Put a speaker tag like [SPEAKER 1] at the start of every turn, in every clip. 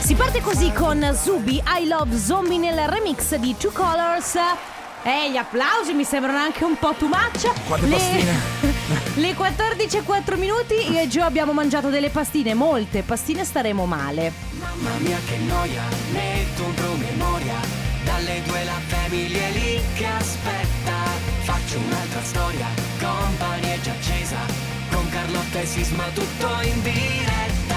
[SPEAKER 1] Si parte così con Zubi, I Love Zombie nel remix di Two Colors. E gli applausi mi sembrano anche un po' too much.
[SPEAKER 2] Quante pastine?
[SPEAKER 1] le 14 e 4 minuti io e Gio abbiamo mangiato delle pastine, molte pastine staremo male.
[SPEAKER 3] Mamma mia che noia, metto un promemoria Dalle due la famiglia è lì che aspetta Faccio un'altra storia, company è già accesa Con Carlotta e Sisma tutto in diretta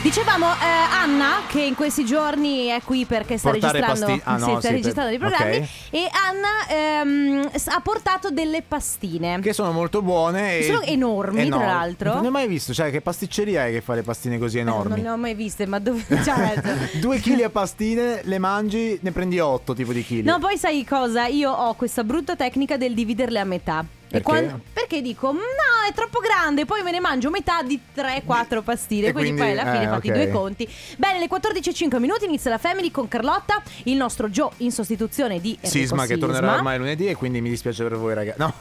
[SPEAKER 1] Dicevamo eh, Anna che in questi giorni è qui perché sta
[SPEAKER 2] Portare
[SPEAKER 1] registrando,
[SPEAKER 2] pasti- ah, no,
[SPEAKER 1] sì, sta
[SPEAKER 2] sì, per-
[SPEAKER 1] registrando dei programmi
[SPEAKER 2] ok.
[SPEAKER 1] e Anna ehm, s- ha portato delle pastine.
[SPEAKER 2] Che sono molto buone. E
[SPEAKER 1] Sono enormi,
[SPEAKER 2] enormi.
[SPEAKER 1] tra l'altro. Eh,
[SPEAKER 2] Non ne ho mai visto. Cioè, che pasticceria è che fa le pastine così
[SPEAKER 1] Non
[SPEAKER 2] enormi?
[SPEAKER 1] ne ho mai viste, ma dove cioè,
[SPEAKER 2] Due chili a pastine, le mangi, ne prendi otto tipo di chili.
[SPEAKER 1] No, poi sai cosa? Io ho questa brutta tecnica del dividerle a metà. E
[SPEAKER 2] Perché?
[SPEAKER 1] quan- perché dico, no, è troppo grande, poi me ne mangio metà di 3-4 pastine,
[SPEAKER 2] E
[SPEAKER 1] quindi,
[SPEAKER 2] quindi-
[SPEAKER 1] poi alla fine
[SPEAKER 2] eh,
[SPEAKER 1] fate
[SPEAKER 2] ok.
[SPEAKER 1] i due conti. Bene, le 14.05 minuti inizia la Family con Carlotta, il nostro Joe in sostituzione di Enrico
[SPEAKER 2] Sisma che tornerà
[SPEAKER 1] Sisma.
[SPEAKER 2] ormai lunedì e quindi mi dispiace per voi ragazzi. No,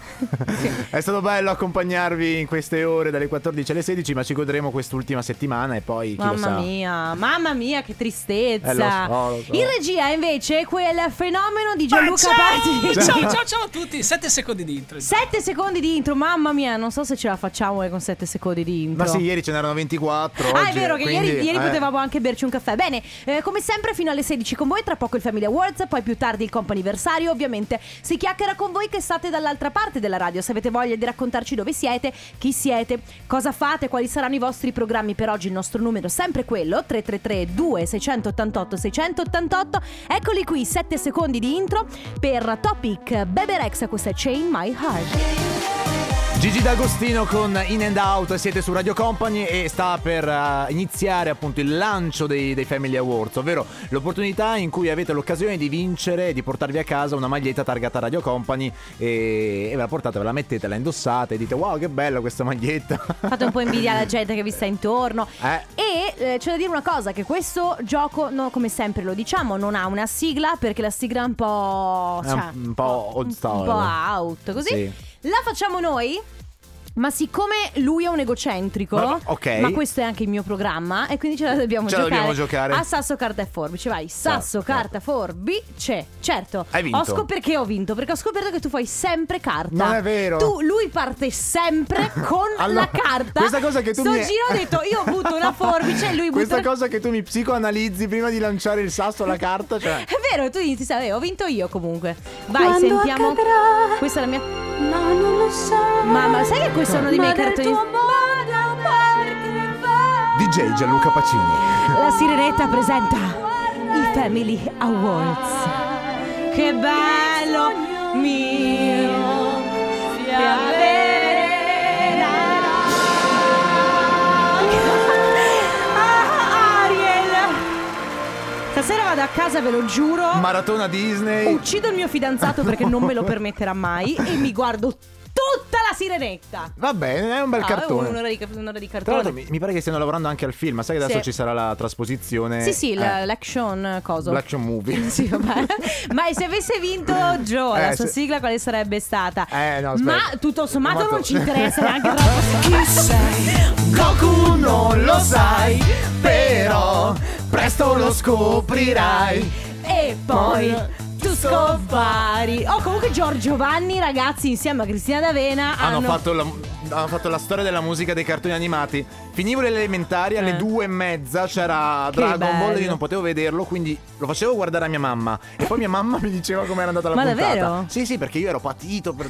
[SPEAKER 2] è stato bello accompagnarvi in queste ore dalle 14 alle 16 ma ci godremo quest'ultima settimana e poi chi lo sa.
[SPEAKER 1] Mamma mia, mamma mia, che tristezza.
[SPEAKER 2] Eh, lo so, lo so.
[SPEAKER 1] In regia invece quel fenomeno di Gianluca
[SPEAKER 4] ciao,
[SPEAKER 1] Parti.
[SPEAKER 4] ciao, ciao, ciao a tutti. 7 secondi di intro.
[SPEAKER 1] 7 secondi di intro, mamma mia, non so se ce la facciamo eh, con 7 secondi di intro.
[SPEAKER 2] Ma sì, ieri ce n'erano 24.
[SPEAKER 1] Ah, è
[SPEAKER 2] oggi,
[SPEAKER 1] vero che
[SPEAKER 2] quindi,
[SPEAKER 1] ieri, ieri
[SPEAKER 2] eh.
[SPEAKER 1] potevamo anche berci un caffè. Bene, eh, come sempre fino alle 16 con voi, tra poco il Family Awards, poi più tardi il comp'anniversario. Ovviamente si chiacchiera con voi che state dall'altra parte della radio. Se avete voglia di raccontarci dove siete, chi siete, cosa fate, quali saranno i vostri programmi per oggi, il nostro numero è sempre quello 333 2688 688. Eccoli qui, 7 secondi di intro per Topic Bebe Rex, questa è Chain My Heart.
[SPEAKER 2] Gigi D'Agostino con In and Out, siete su Radio Company e sta per eh, iniziare appunto il lancio dei, dei Family Awards, ovvero l'opportunità in cui avete l'occasione di vincere e di portarvi a casa una maglietta targata Radio Company e, e ve la portate, ve la mettete, la indossate e dite wow che bella questa maglietta.
[SPEAKER 1] Fate un po' invidia alla gente che vi sta intorno.
[SPEAKER 2] Eh.
[SPEAKER 1] E eh, c'è da dire una cosa, che questo gioco, no, come sempre lo diciamo, non ha una sigla perché la sigla è un po'...
[SPEAKER 2] È un-
[SPEAKER 1] cioè,
[SPEAKER 2] un po' old style.
[SPEAKER 1] Un po' out, così.
[SPEAKER 2] Sì.
[SPEAKER 1] La facciamo noi? Ma siccome lui è un egocentrico,
[SPEAKER 2] Ma- ok.
[SPEAKER 1] ma questo è anche il mio programma, e quindi ce la dobbiamo
[SPEAKER 2] Ce la
[SPEAKER 1] giocare.
[SPEAKER 2] dobbiamo giocare.
[SPEAKER 1] A sasso, carta e forbice, vai. Sasso,
[SPEAKER 2] Sasso,
[SPEAKER 1] carta, forbice. Certo.
[SPEAKER 2] Hai vinto.
[SPEAKER 1] Ho scop- perché ho vinto? Perché ho scoperto che tu fai sempre carta.
[SPEAKER 2] Non è vero.
[SPEAKER 1] Tu, lui parte sempre con la
[SPEAKER 2] Allora,
[SPEAKER 1] carta.
[SPEAKER 2] questa cosa che tu
[SPEAKER 1] Sto
[SPEAKER 2] mi-
[SPEAKER 1] giro ho detto io butto una forbice e lui butta
[SPEAKER 2] Questa
[SPEAKER 1] una-
[SPEAKER 2] cosa che tu mi psicoanalizzi prima di lanciare il sasso alla carta, cioè...
[SPEAKER 1] È vero, tu dici, sai, "Eh, ho vinto io comunque. Vai,
[SPEAKER 5] Quando
[SPEAKER 1] sentiamo.
[SPEAKER 5] accadrà?
[SPEAKER 1] Questa è la mia
[SPEAKER 5] Ma non lo so.
[SPEAKER 1] mamma. Sai che questo è uno dei miei cartoni?
[SPEAKER 2] DJ Gianluca Pacini.
[SPEAKER 1] La sirenetta presenta i Family Awards. Che bello mio Primavera. Ah, Ariel. Stasera vado a casa, ve lo giuro.
[SPEAKER 2] Maratona Disney.
[SPEAKER 1] Uccido il mio fidanzato perché non me lo permetterà mai e mi guardo tutta la sirenetta.
[SPEAKER 2] Va bene, è un bel
[SPEAKER 1] Ah,
[SPEAKER 2] cartone.
[SPEAKER 1] Un'ora di, un'ora di
[SPEAKER 2] Tra l'altro
[SPEAKER 1] cartone.
[SPEAKER 2] mi, mi pare che stiano lavorando anche al film, sai che adesso
[SPEAKER 1] Sì.
[SPEAKER 2] ci sarà la trasposizione.
[SPEAKER 1] Sì, sì, la-
[SPEAKER 2] eh,
[SPEAKER 1] l'action coso.
[SPEAKER 2] l'action movie.
[SPEAKER 1] Sì, vabbè. Ma se avesse vinto Joe, la
[SPEAKER 2] Eh,
[SPEAKER 1] sua
[SPEAKER 2] se-
[SPEAKER 1] sigla quale sarebbe stata?
[SPEAKER 2] Eh, no, aspetta.
[SPEAKER 1] Ma tutto sommato
[SPEAKER 2] Sommato-
[SPEAKER 1] non ci interessa neanche troppo.
[SPEAKER 2] Goku non lo sai, però presto lo
[SPEAKER 1] E poi tu scompari. Oh, comunque Giorgio Giovanni, ragazzi, insieme a Cristina D'Avena
[SPEAKER 2] Hanno,
[SPEAKER 1] hanno
[SPEAKER 2] fatto la, hanno fatto la storia della musica dei cartoni animati. Finivo le elementari alle
[SPEAKER 1] Eh.
[SPEAKER 2] due e mezza c'era
[SPEAKER 1] Che
[SPEAKER 2] Dragon Ball
[SPEAKER 1] bello.
[SPEAKER 2] e io non potevo vederlo, quindi lo facevo guardare a mia mamma. E poi mia mamma mi diceva come era andata la
[SPEAKER 1] Ma
[SPEAKER 2] puntata.
[SPEAKER 1] davvero?
[SPEAKER 2] Sì, sì, perché io ero patito per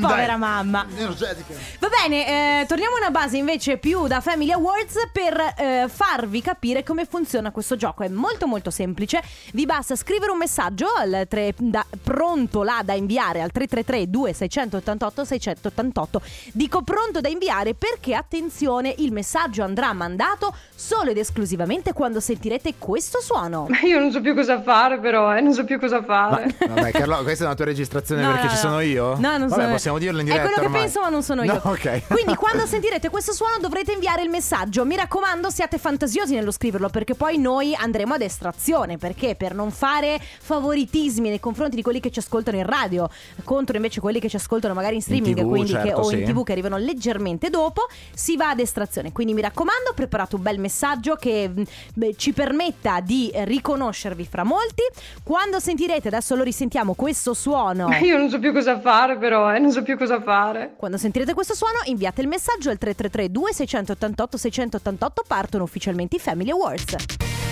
[SPEAKER 2] Ball.
[SPEAKER 1] Povera mamma.
[SPEAKER 2] Energetica.
[SPEAKER 1] Va bene, eh, torniamo a una base invece più da Family Awards per eh, farvi capire come funziona questo gioco. È molto molto semplice. Vi basta scrivere un messaggio al tre- da- pronto là da inviare al 333 2688 688. Dico pronto da inviare perché attenzione, il messaggio messaggio andrà mandato solo ed esclusivamente quando sentirete questo suono.
[SPEAKER 6] Ma Eh, io non so più cosa fare, però, eh, non so più cosa
[SPEAKER 2] Ma,
[SPEAKER 6] fare.
[SPEAKER 2] vabbè, Carlo, questa è una tua registrazione
[SPEAKER 1] No,
[SPEAKER 2] perché
[SPEAKER 1] no,
[SPEAKER 2] ci
[SPEAKER 1] no.
[SPEAKER 2] sono io?
[SPEAKER 1] No, non
[SPEAKER 2] vabbè,
[SPEAKER 1] sono io.
[SPEAKER 2] possiamo dirlo in
[SPEAKER 1] È
[SPEAKER 2] diretta.
[SPEAKER 1] quello che
[SPEAKER 2] ormai.
[SPEAKER 1] penso, ma non sono io.
[SPEAKER 2] No, ok.
[SPEAKER 1] Quindi, quando sentirete questo suono, dovrete inviare il messaggio. Mi raccomando, siate fantasiosi nello scriverlo, perché poi noi andremo ad estrazione. Perché? Per non fare favoritismi nei confronti di quelli che ci ascoltano in radio, contro invece quelli che ci ascoltano magari in streaming,
[SPEAKER 2] TV,
[SPEAKER 1] quindi che,
[SPEAKER 2] certo,
[SPEAKER 1] o in
[SPEAKER 2] sì.
[SPEAKER 1] tv che arrivano leggermente dopo, si va ad estrazione. Quindi mi raccomando, preparate un bel messaggio che mh, beh, ci permetta di eh, riconoscervi fra molti. Quando sentirete, adesso lo risentiamo, questo suono.
[SPEAKER 6] Ma io non so più cosa fare, però, eh, non so più cosa fare.
[SPEAKER 1] Quando sentirete questo suono, inviate il messaggio al 333 2688 688 partono ufficialmente i Family Awards.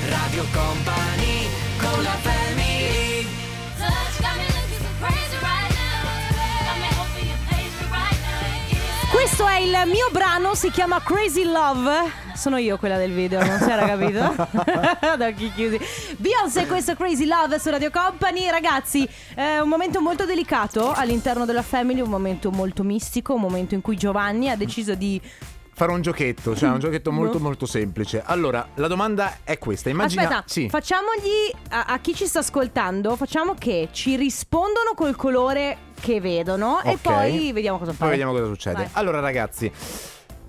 [SPEAKER 3] Radio Company con la family
[SPEAKER 1] Questo è il mio brano, si chiama Crazy Love. Sono io quella del video, non si era capito? da occhi chiusi. Beyoncé, questo è Crazy Love su Radio Company. Ragazzi, è un momento molto delicato all'interno della Family, un momento molto mistico, un momento in cui Giovanni ha deciso di...
[SPEAKER 2] Farò un giochetto, cioè un giochetto molto
[SPEAKER 1] No.
[SPEAKER 2] molto semplice. Allora, la domanda è questa. Immagina...
[SPEAKER 1] Aspetta,
[SPEAKER 2] sì.
[SPEAKER 1] facciamogli a, a chi ci sta ascoltando, facciamo che ci rispondono col colore che vedono e
[SPEAKER 2] Ok.
[SPEAKER 1] poi vediamo cosa
[SPEAKER 2] Poi
[SPEAKER 1] fare.
[SPEAKER 2] vediamo cosa succede.
[SPEAKER 1] Vai.
[SPEAKER 2] Allora, ragazzi,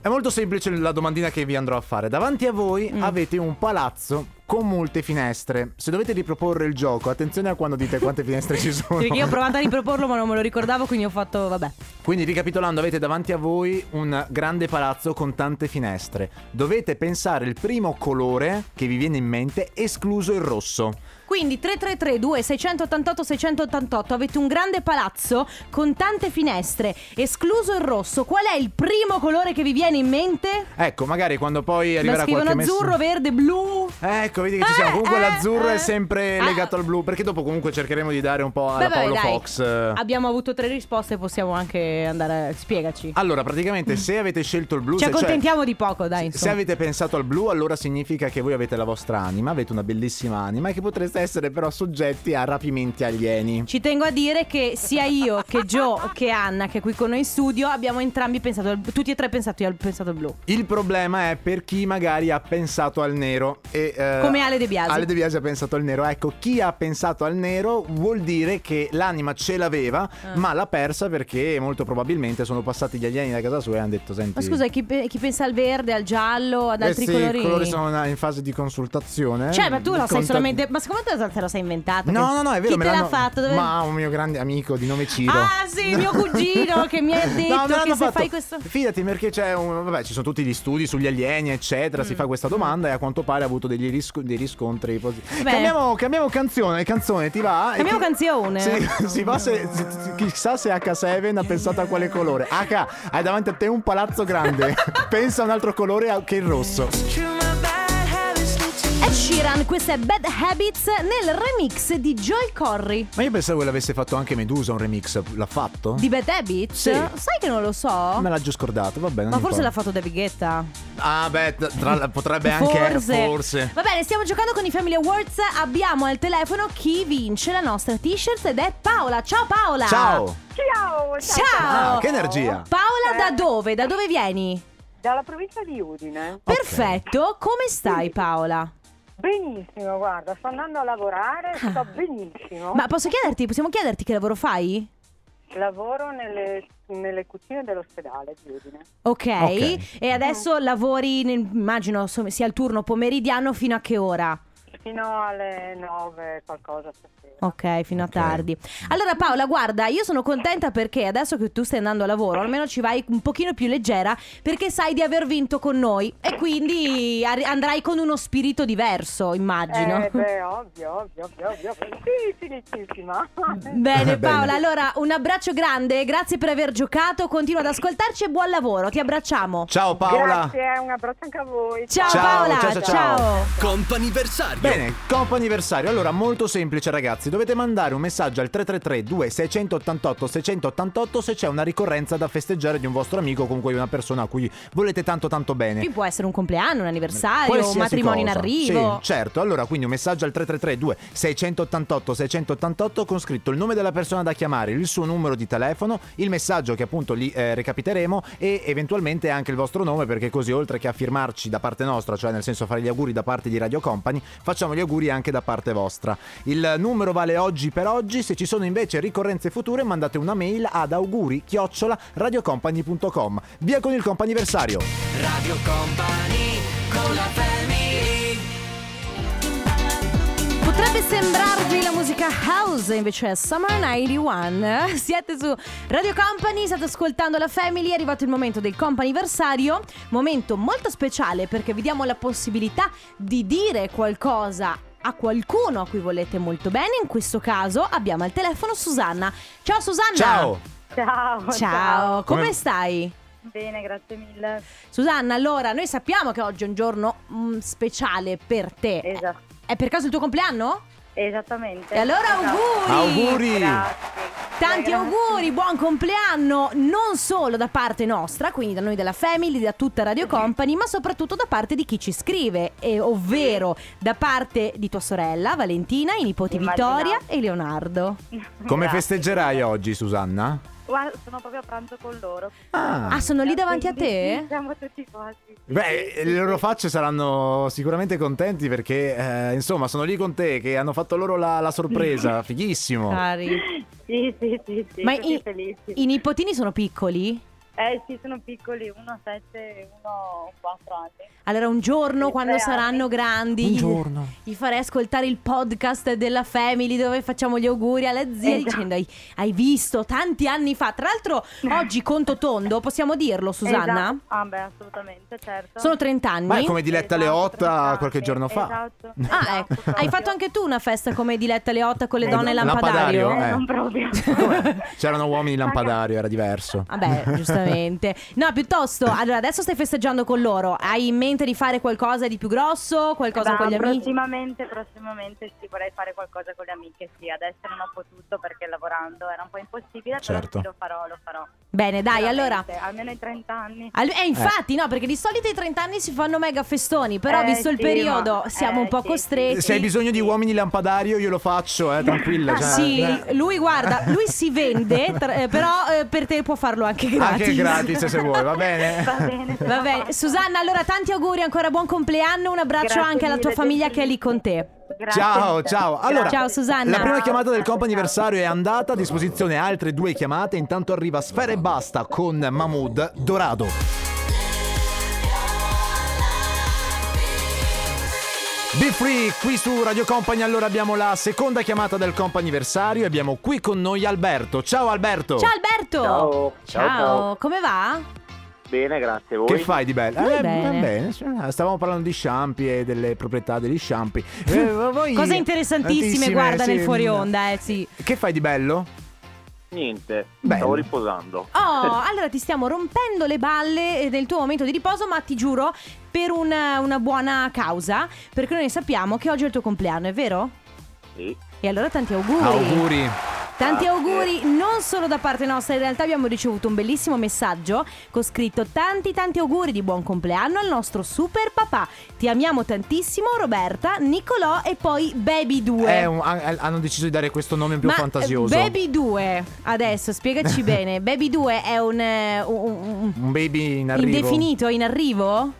[SPEAKER 2] è molto semplice la domandina che vi andrò a fare. Davanti a voi
[SPEAKER 1] Mm.
[SPEAKER 2] avete un palazzo con molte finestre. Se dovete riproporre il gioco, attenzione a quando dite quante finestre ci sono.
[SPEAKER 1] Perché io ho provato a riproporlo ma non me lo ricordavo, quindi ho fatto vabbè.
[SPEAKER 2] Quindi, ricapitolando, avete davanti a voi un grande palazzo con tante finestre. Dovete pensare il primo colore che vi viene in mente, escluso il rosso.
[SPEAKER 1] Quindi 3332 688 688 avete un grande palazzo con tante finestre, escluso il rosso. Qual è il primo colore che vi viene in mente?
[SPEAKER 2] Ecco, magari quando poi
[SPEAKER 1] Lo
[SPEAKER 2] arriverà
[SPEAKER 1] scrivono
[SPEAKER 2] qualche
[SPEAKER 1] azzurro,
[SPEAKER 2] messaggio-
[SPEAKER 1] verde, blu.
[SPEAKER 2] Ecco, vedi che ci siamo.
[SPEAKER 1] Eh,
[SPEAKER 2] Comunque
[SPEAKER 1] eh,
[SPEAKER 2] l'azzurro
[SPEAKER 1] eh.
[SPEAKER 2] è sempre
[SPEAKER 1] Ah.
[SPEAKER 2] legato al blu. Perché dopo comunque cercheremo di dare un po' alla
[SPEAKER 1] Vabbè,
[SPEAKER 2] Paolo
[SPEAKER 1] dai.
[SPEAKER 2] Fox. eh.
[SPEAKER 1] Abbiamo avuto tre risposte, possiamo anche andare a... spiegaci.
[SPEAKER 2] Allora, praticamente, se avete scelto il blu,
[SPEAKER 1] Ci
[SPEAKER 2] se- cioè,
[SPEAKER 1] accontentiamo di poco, dai,
[SPEAKER 2] Se,
[SPEAKER 1] insomma.
[SPEAKER 2] se avete pensato al blu, allora significa che voi avete la vostra anima, avete una bellissima anima e che potreste essere però soggetti a rapimenti alieni.
[SPEAKER 1] Ci tengo a dire che sia io che Joe che Anna che è qui con noi in studio abbiamo entrambi pensato, al- tutti e tre pensato, al- pensato al blu.
[SPEAKER 2] Il problema è per chi magari ha pensato al nero. E, eh,
[SPEAKER 1] Come Ale De Biasi.
[SPEAKER 2] Ale De Biasi ha pensato al nero. Ecco, chi ha pensato al nero vuol dire che l'anima ce l'aveva,
[SPEAKER 1] Ah.
[SPEAKER 2] ma l'ha persa perché molto probabilmente sono passati gli alieni da casa sua e hanno detto: Senti,
[SPEAKER 1] Ma scusa, chi, pe- chi pensa al verde, al giallo, ad altri
[SPEAKER 2] questi
[SPEAKER 1] colori?
[SPEAKER 2] Eh colori sono in fase di consultazione.
[SPEAKER 1] Cioè, ma tu lo sai
[SPEAKER 2] Contatti-
[SPEAKER 1] solamente. Ma secondo te te lo sei inventato?
[SPEAKER 2] No,
[SPEAKER 1] Che-
[SPEAKER 2] no, no, è vero.
[SPEAKER 1] Chi
[SPEAKER 2] me
[SPEAKER 1] te l'ha
[SPEAKER 2] l'hanno-
[SPEAKER 1] fatto? Dove-
[SPEAKER 2] Ma un mio grande amico di nome Ciro.
[SPEAKER 1] Ah, sì, mio cugino che mi ha
[SPEAKER 2] No,
[SPEAKER 1] detto
[SPEAKER 2] me
[SPEAKER 1] che se
[SPEAKER 2] l'hanno fatto.
[SPEAKER 1] fai questo.
[SPEAKER 2] Fidati perché c'è un. Vabbè, ci sono tutti gli studi sugli alieni, eccetera.
[SPEAKER 1] Mm.
[SPEAKER 2] Si fa questa domanda e a quanto pare ha avuto degli risco- dei riscontri positivi.
[SPEAKER 1] Beh.
[SPEAKER 2] Cambiamo, cambiamo canzone, canzone, ti va?
[SPEAKER 1] Cambiamo
[SPEAKER 2] E-
[SPEAKER 1] canzone.
[SPEAKER 2] Sì, si va se, se- chissà se H7 ha pensato a quale colore. H, hai davanti a te un palazzo grande. Pensa a un altro colore a- che il rosso.
[SPEAKER 1] Eh. Ed Sheeran, questo è Bad Habits nel remix di Joy Corry.
[SPEAKER 2] Ma io pensavo che l'avesse fatto anche Medusa un remix. L'ha fatto?
[SPEAKER 1] Di Bad Habits?
[SPEAKER 2] Sì.
[SPEAKER 1] Sai che non lo so?
[SPEAKER 2] Me l'ha già scordato, va bene.
[SPEAKER 1] Ma forse l'ha fatto David Guetta.
[SPEAKER 2] Ah, beh, tra- potrebbe anche. forse.
[SPEAKER 1] Va bene, stiamo giocando con i Family Awards. Abbiamo al telefono chi vince la nostra t-shirt ed è Paola. Ciao Paola!
[SPEAKER 2] Ciao!
[SPEAKER 7] Ciao, ciao,
[SPEAKER 1] Ciao.
[SPEAKER 2] Ah,
[SPEAKER 7] ciao.
[SPEAKER 2] che energia!
[SPEAKER 1] Paola, da dove? Da dove vieni?
[SPEAKER 7] Dalla provincia di Udine.
[SPEAKER 2] Ok.
[SPEAKER 1] Perfetto, come stai Paola?
[SPEAKER 7] Benissimo, guarda, sto andando a lavorare, sto benissimo.
[SPEAKER 1] Ah. Ma posso chiederti, possiamo chiederti che lavoro fai?
[SPEAKER 7] Lavoro nelle, nelle cucine dell'ospedale di Udine.
[SPEAKER 1] Ok,
[SPEAKER 2] Ok.
[SPEAKER 1] e adesso lavori, nel- immagino insomma, sia il turno pomeridiano fino a che ora?
[SPEAKER 7] Fino alle 9 qualcosa stasera.
[SPEAKER 1] Ok, fino
[SPEAKER 2] Ok.
[SPEAKER 1] a tardi. Allora Paola, guarda, io sono contenta perché adesso che tu stai andando a lavoro, almeno ci vai un pochino più leggera perché sai di aver vinto con noi e quindi ar- andrai con uno spirito diverso, immagino.
[SPEAKER 7] Eh, beh, ovvio, ovvio, ovvio, ovvio. Sì, felicissima.
[SPEAKER 1] Bene
[SPEAKER 2] Eh, Bene.
[SPEAKER 1] Paola, allora un abbraccio grande, grazie per aver giocato, continua ad ascoltarci e buon lavoro, ti abbracciamo.
[SPEAKER 2] Ciao Paola!
[SPEAKER 7] Grazie, un eh, abbraccio anche a voi.
[SPEAKER 1] Ciao,
[SPEAKER 2] Ciao,
[SPEAKER 1] Paola,
[SPEAKER 2] ciao, ciao, ciao.
[SPEAKER 1] ciao.
[SPEAKER 3] Company versario
[SPEAKER 2] Bene, comp anniversario. Allora, molto semplice, ragazzi. Dovete mandare un messaggio al 333 2688 688 se c'è una ricorrenza da festeggiare di un vostro amico con cui una persona a cui volete tanto tanto bene.
[SPEAKER 1] Qui può essere un compleanno, un anniversario, un
[SPEAKER 2] Eh. Qualsiasi
[SPEAKER 1] matrimonio in
[SPEAKER 2] cosa.
[SPEAKER 1] arrivo.
[SPEAKER 2] Sì, certo. Allora, quindi un messaggio al 333 688 688 con scritto il nome della persona da chiamare, il suo numero di telefono, il messaggio che appunto li eh, recapiteremo e eventualmente anche il vostro nome perché così oltre che a firmarci da parte nostra, cioè nel senso fare gli auguri da parte di Radio Company, facciamo gli auguri anche da parte vostra. Il numero vale oggi per oggi, se ci sono invece ricorrenze future mandate una mail ad auguri chiocciola radiocompany.com. Via con il comp'anniversario!
[SPEAKER 3] Radio Company con la family
[SPEAKER 1] Potrebbe sembrarvi la musica house, invece è Summer 91. Siete su Radio Company, state ascoltando la Family, è arrivato il momento del comp'anniversario, momento molto speciale perché vi diamo la possibilità di dire qualcosa a qualcuno a cui volete molto bene. In questo caso abbiamo al telefono Susanna. Ciao Susanna!
[SPEAKER 2] Ciao!
[SPEAKER 8] Ciao,
[SPEAKER 1] Ciao, come,
[SPEAKER 2] Come-
[SPEAKER 1] stai?
[SPEAKER 8] Bene, grazie mille.
[SPEAKER 1] Susanna, allora, noi sappiamo che oggi è un giorno mm, speciale per te.
[SPEAKER 8] Esatto.
[SPEAKER 1] È per caso il tuo compleanno?
[SPEAKER 8] Esattamente. Esatto.
[SPEAKER 1] E allora
[SPEAKER 2] Auguri!
[SPEAKER 8] Grazie.
[SPEAKER 1] Tanti
[SPEAKER 8] Grazie.
[SPEAKER 1] auguri, buon compleanno non solo da parte nostra, quindi da noi della Family, da tutta Radio Company, ma soprattutto da parte di chi ci scrive, e ovvero da parte di tua sorella Valentina, i nipoti
[SPEAKER 8] Immaginavo.
[SPEAKER 1] Vittoria e Leonardo.
[SPEAKER 2] Come
[SPEAKER 8] Grazie.
[SPEAKER 2] festeggerai oh? oggi, Susanna?
[SPEAKER 8] Guarda, sono proprio a pranzo con loro.
[SPEAKER 1] Ah, sono lì davanti a
[SPEAKER 8] Quindi
[SPEAKER 1] te?
[SPEAKER 8] Siamo tutti quasi.
[SPEAKER 2] Beh, le loro facce saranno sicuramente contenti perché, eh, insomma, sono lì con te che hanno fatto loro la, la sorpresa. Fighissimo.
[SPEAKER 1] Ah, Cari.
[SPEAKER 8] Sì, sì, sì, sì.
[SPEAKER 1] Ma
[SPEAKER 8] tutti
[SPEAKER 1] i,
[SPEAKER 8] felici.
[SPEAKER 1] i nipotini sono piccoli?
[SPEAKER 8] Eh sì, sono piccoli, uno a 7 e uno a 4 anni.
[SPEAKER 1] Allora un giorno
[SPEAKER 8] Sì,
[SPEAKER 1] quando
[SPEAKER 8] tre
[SPEAKER 1] saranno
[SPEAKER 8] anni.
[SPEAKER 1] grandi gli- gli farei ascoltare il podcast della Family dove facciamo gli auguri alla zia
[SPEAKER 8] Esatto.
[SPEAKER 1] dicendo hai, hai visto tanti anni fa. Tra l'altro oggi conto tondo, possiamo dirlo Susanna?
[SPEAKER 8] Eh. Esatto. Ah beh, assolutamente, certo.
[SPEAKER 1] Sono 30 anni.
[SPEAKER 2] Ma è come Diletta
[SPEAKER 8] Esatto,
[SPEAKER 2] Leotta
[SPEAKER 8] 30
[SPEAKER 2] qualche
[SPEAKER 8] anni.
[SPEAKER 2] giorno fa.
[SPEAKER 8] Esatto.
[SPEAKER 1] Ah, ecco.
[SPEAKER 8] esatto,
[SPEAKER 1] Hai
[SPEAKER 8] proprio.
[SPEAKER 1] fatto anche tu una festa come Diletta Leotta con le
[SPEAKER 2] Eh,
[SPEAKER 1] donne
[SPEAKER 2] lampadario,
[SPEAKER 1] lampadario?
[SPEAKER 2] eh.
[SPEAKER 8] Eh, non proprio.
[SPEAKER 2] Com'è? C'erano uomini in lampadario, era diverso.
[SPEAKER 1] Vabbè, Ah, giustamente. No, piuttosto, allora adesso stai festeggiando con loro. Hai in mente di fare qualcosa di più grosso? Qualcosa
[SPEAKER 8] Ma
[SPEAKER 1] con gli amici?
[SPEAKER 8] Eh prossimamente, prossimamente sì, vorrei fare qualcosa con le amiche, sì, adesso non ho potuto perché lavorando era un po' impossibile,
[SPEAKER 2] Certo.
[SPEAKER 8] però sì, lo farò, lo farò.
[SPEAKER 1] Bene, dai, allora.
[SPEAKER 8] Veramente, Almeno i 30 anni.
[SPEAKER 1] Al- eh, infatti, no, perché di solito i 30 anni si fanno mega festoni, però
[SPEAKER 8] Eh,
[SPEAKER 1] visto il
[SPEAKER 8] sì,
[SPEAKER 1] periodo
[SPEAKER 8] ma-
[SPEAKER 1] siamo
[SPEAKER 8] eh,
[SPEAKER 1] un po'
[SPEAKER 8] sì,
[SPEAKER 1] costretti.
[SPEAKER 2] Se hai bisogno di uomini lampadario, io lo faccio, eh, tranquilla.
[SPEAKER 1] Ah,
[SPEAKER 2] cioè, eh.
[SPEAKER 1] sì, lui guarda, lui si vende, tra- eh, però eh, per te può farlo anche gratis.
[SPEAKER 2] Anche Ah, gratis se vuoi, va bene?
[SPEAKER 8] Va bene.
[SPEAKER 1] Va bene, Susanna, allora tanti auguri, ancora buon compleanno, un abbraccio
[SPEAKER 8] Grazie
[SPEAKER 1] anche alla tua
[SPEAKER 8] mille,
[SPEAKER 1] famiglia che è lì
[SPEAKER 8] gentilissimi.
[SPEAKER 1] con te.
[SPEAKER 8] Grazie
[SPEAKER 2] Ciao,
[SPEAKER 8] mille.
[SPEAKER 2] ciao. Allora,
[SPEAKER 1] Ciao, Susanna.
[SPEAKER 2] La prima
[SPEAKER 8] Ciao,
[SPEAKER 2] chiamata del
[SPEAKER 8] ciao,
[SPEAKER 2] comp
[SPEAKER 8] ciao.
[SPEAKER 2] anniversario è andata, a disposizione altre due chiamate. Intanto arriva Sfera e Basta con Mahmood Dorado. Be Free qui su Radio Company. Allora abbiamo la seconda chiamata del comp anniversario. e Abbiamo qui con noi Alberto. Ciao Alberto.
[SPEAKER 1] Ciao Alberto!
[SPEAKER 9] Ciao, ciao, ciao.
[SPEAKER 1] come va?
[SPEAKER 9] Bene, grazie a voi.
[SPEAKER 2] Che fai di bello? Eh,
[SPEAKER 1] Noi
[SPEAKER 2] va
[SPEAKER 1] bene.
[SPEAKER 2] bene, sì, Ah, Stavamo parlando di sciampi e delle proprietà degli sciampi. Eh, voi-
[SPEAKER 1] Cose interessantissime, guarda
[SPEAKER 2] sì.
[SPEAKER 1] nel fuori onda, eh sì.
[SPEAKER 2] Che fai di bello?
[SPEAKER 9] Niente,
[SPEAKER 2] Bello. Ah.
[SPEAKER 9] stavo riposando.
[SPEAKER 1] Oh, allora ti stiamo rompendo le balle eh, nel tuo momento di riposo, ma ti giuro, per una, una buona causa, perché noi sappiamo che oggi è il tuo compleanno, è vero?
[SPEAKER 9] Sì.
[SPEAKER 1] E allora tanti auguri.
[SPEAKER 2] Auguri.
[SPEAKER 1] Tanti
[SPEAKER 9] Grazie.
[SPEAKER 1] auguri non solo da parte nostra, in realtà abbiamo ricevuto un bellissimo messaggio con scritto tanti tanti auguri di buon compleanno al nostro super papà. Ti amiamo tantissimo Roberta, Nicolò e poi Baby 2.
[SPEAKER 2] È Eh, un- han- hanno deciso di dare questo nome più
[SPEAKER 1] Ma, eh,
[SPEAKER 2] fantasioso.
[SPEAKER 1] Baby 2, adesso spiegaci bene. Baby 2 è un, eh, un- un-
[SPEAKER 2] Un baby in
[SPEAKER 1] un
[SPEAKER 2] arrivo.
[SPEAKER 1] indefinito in arrivo?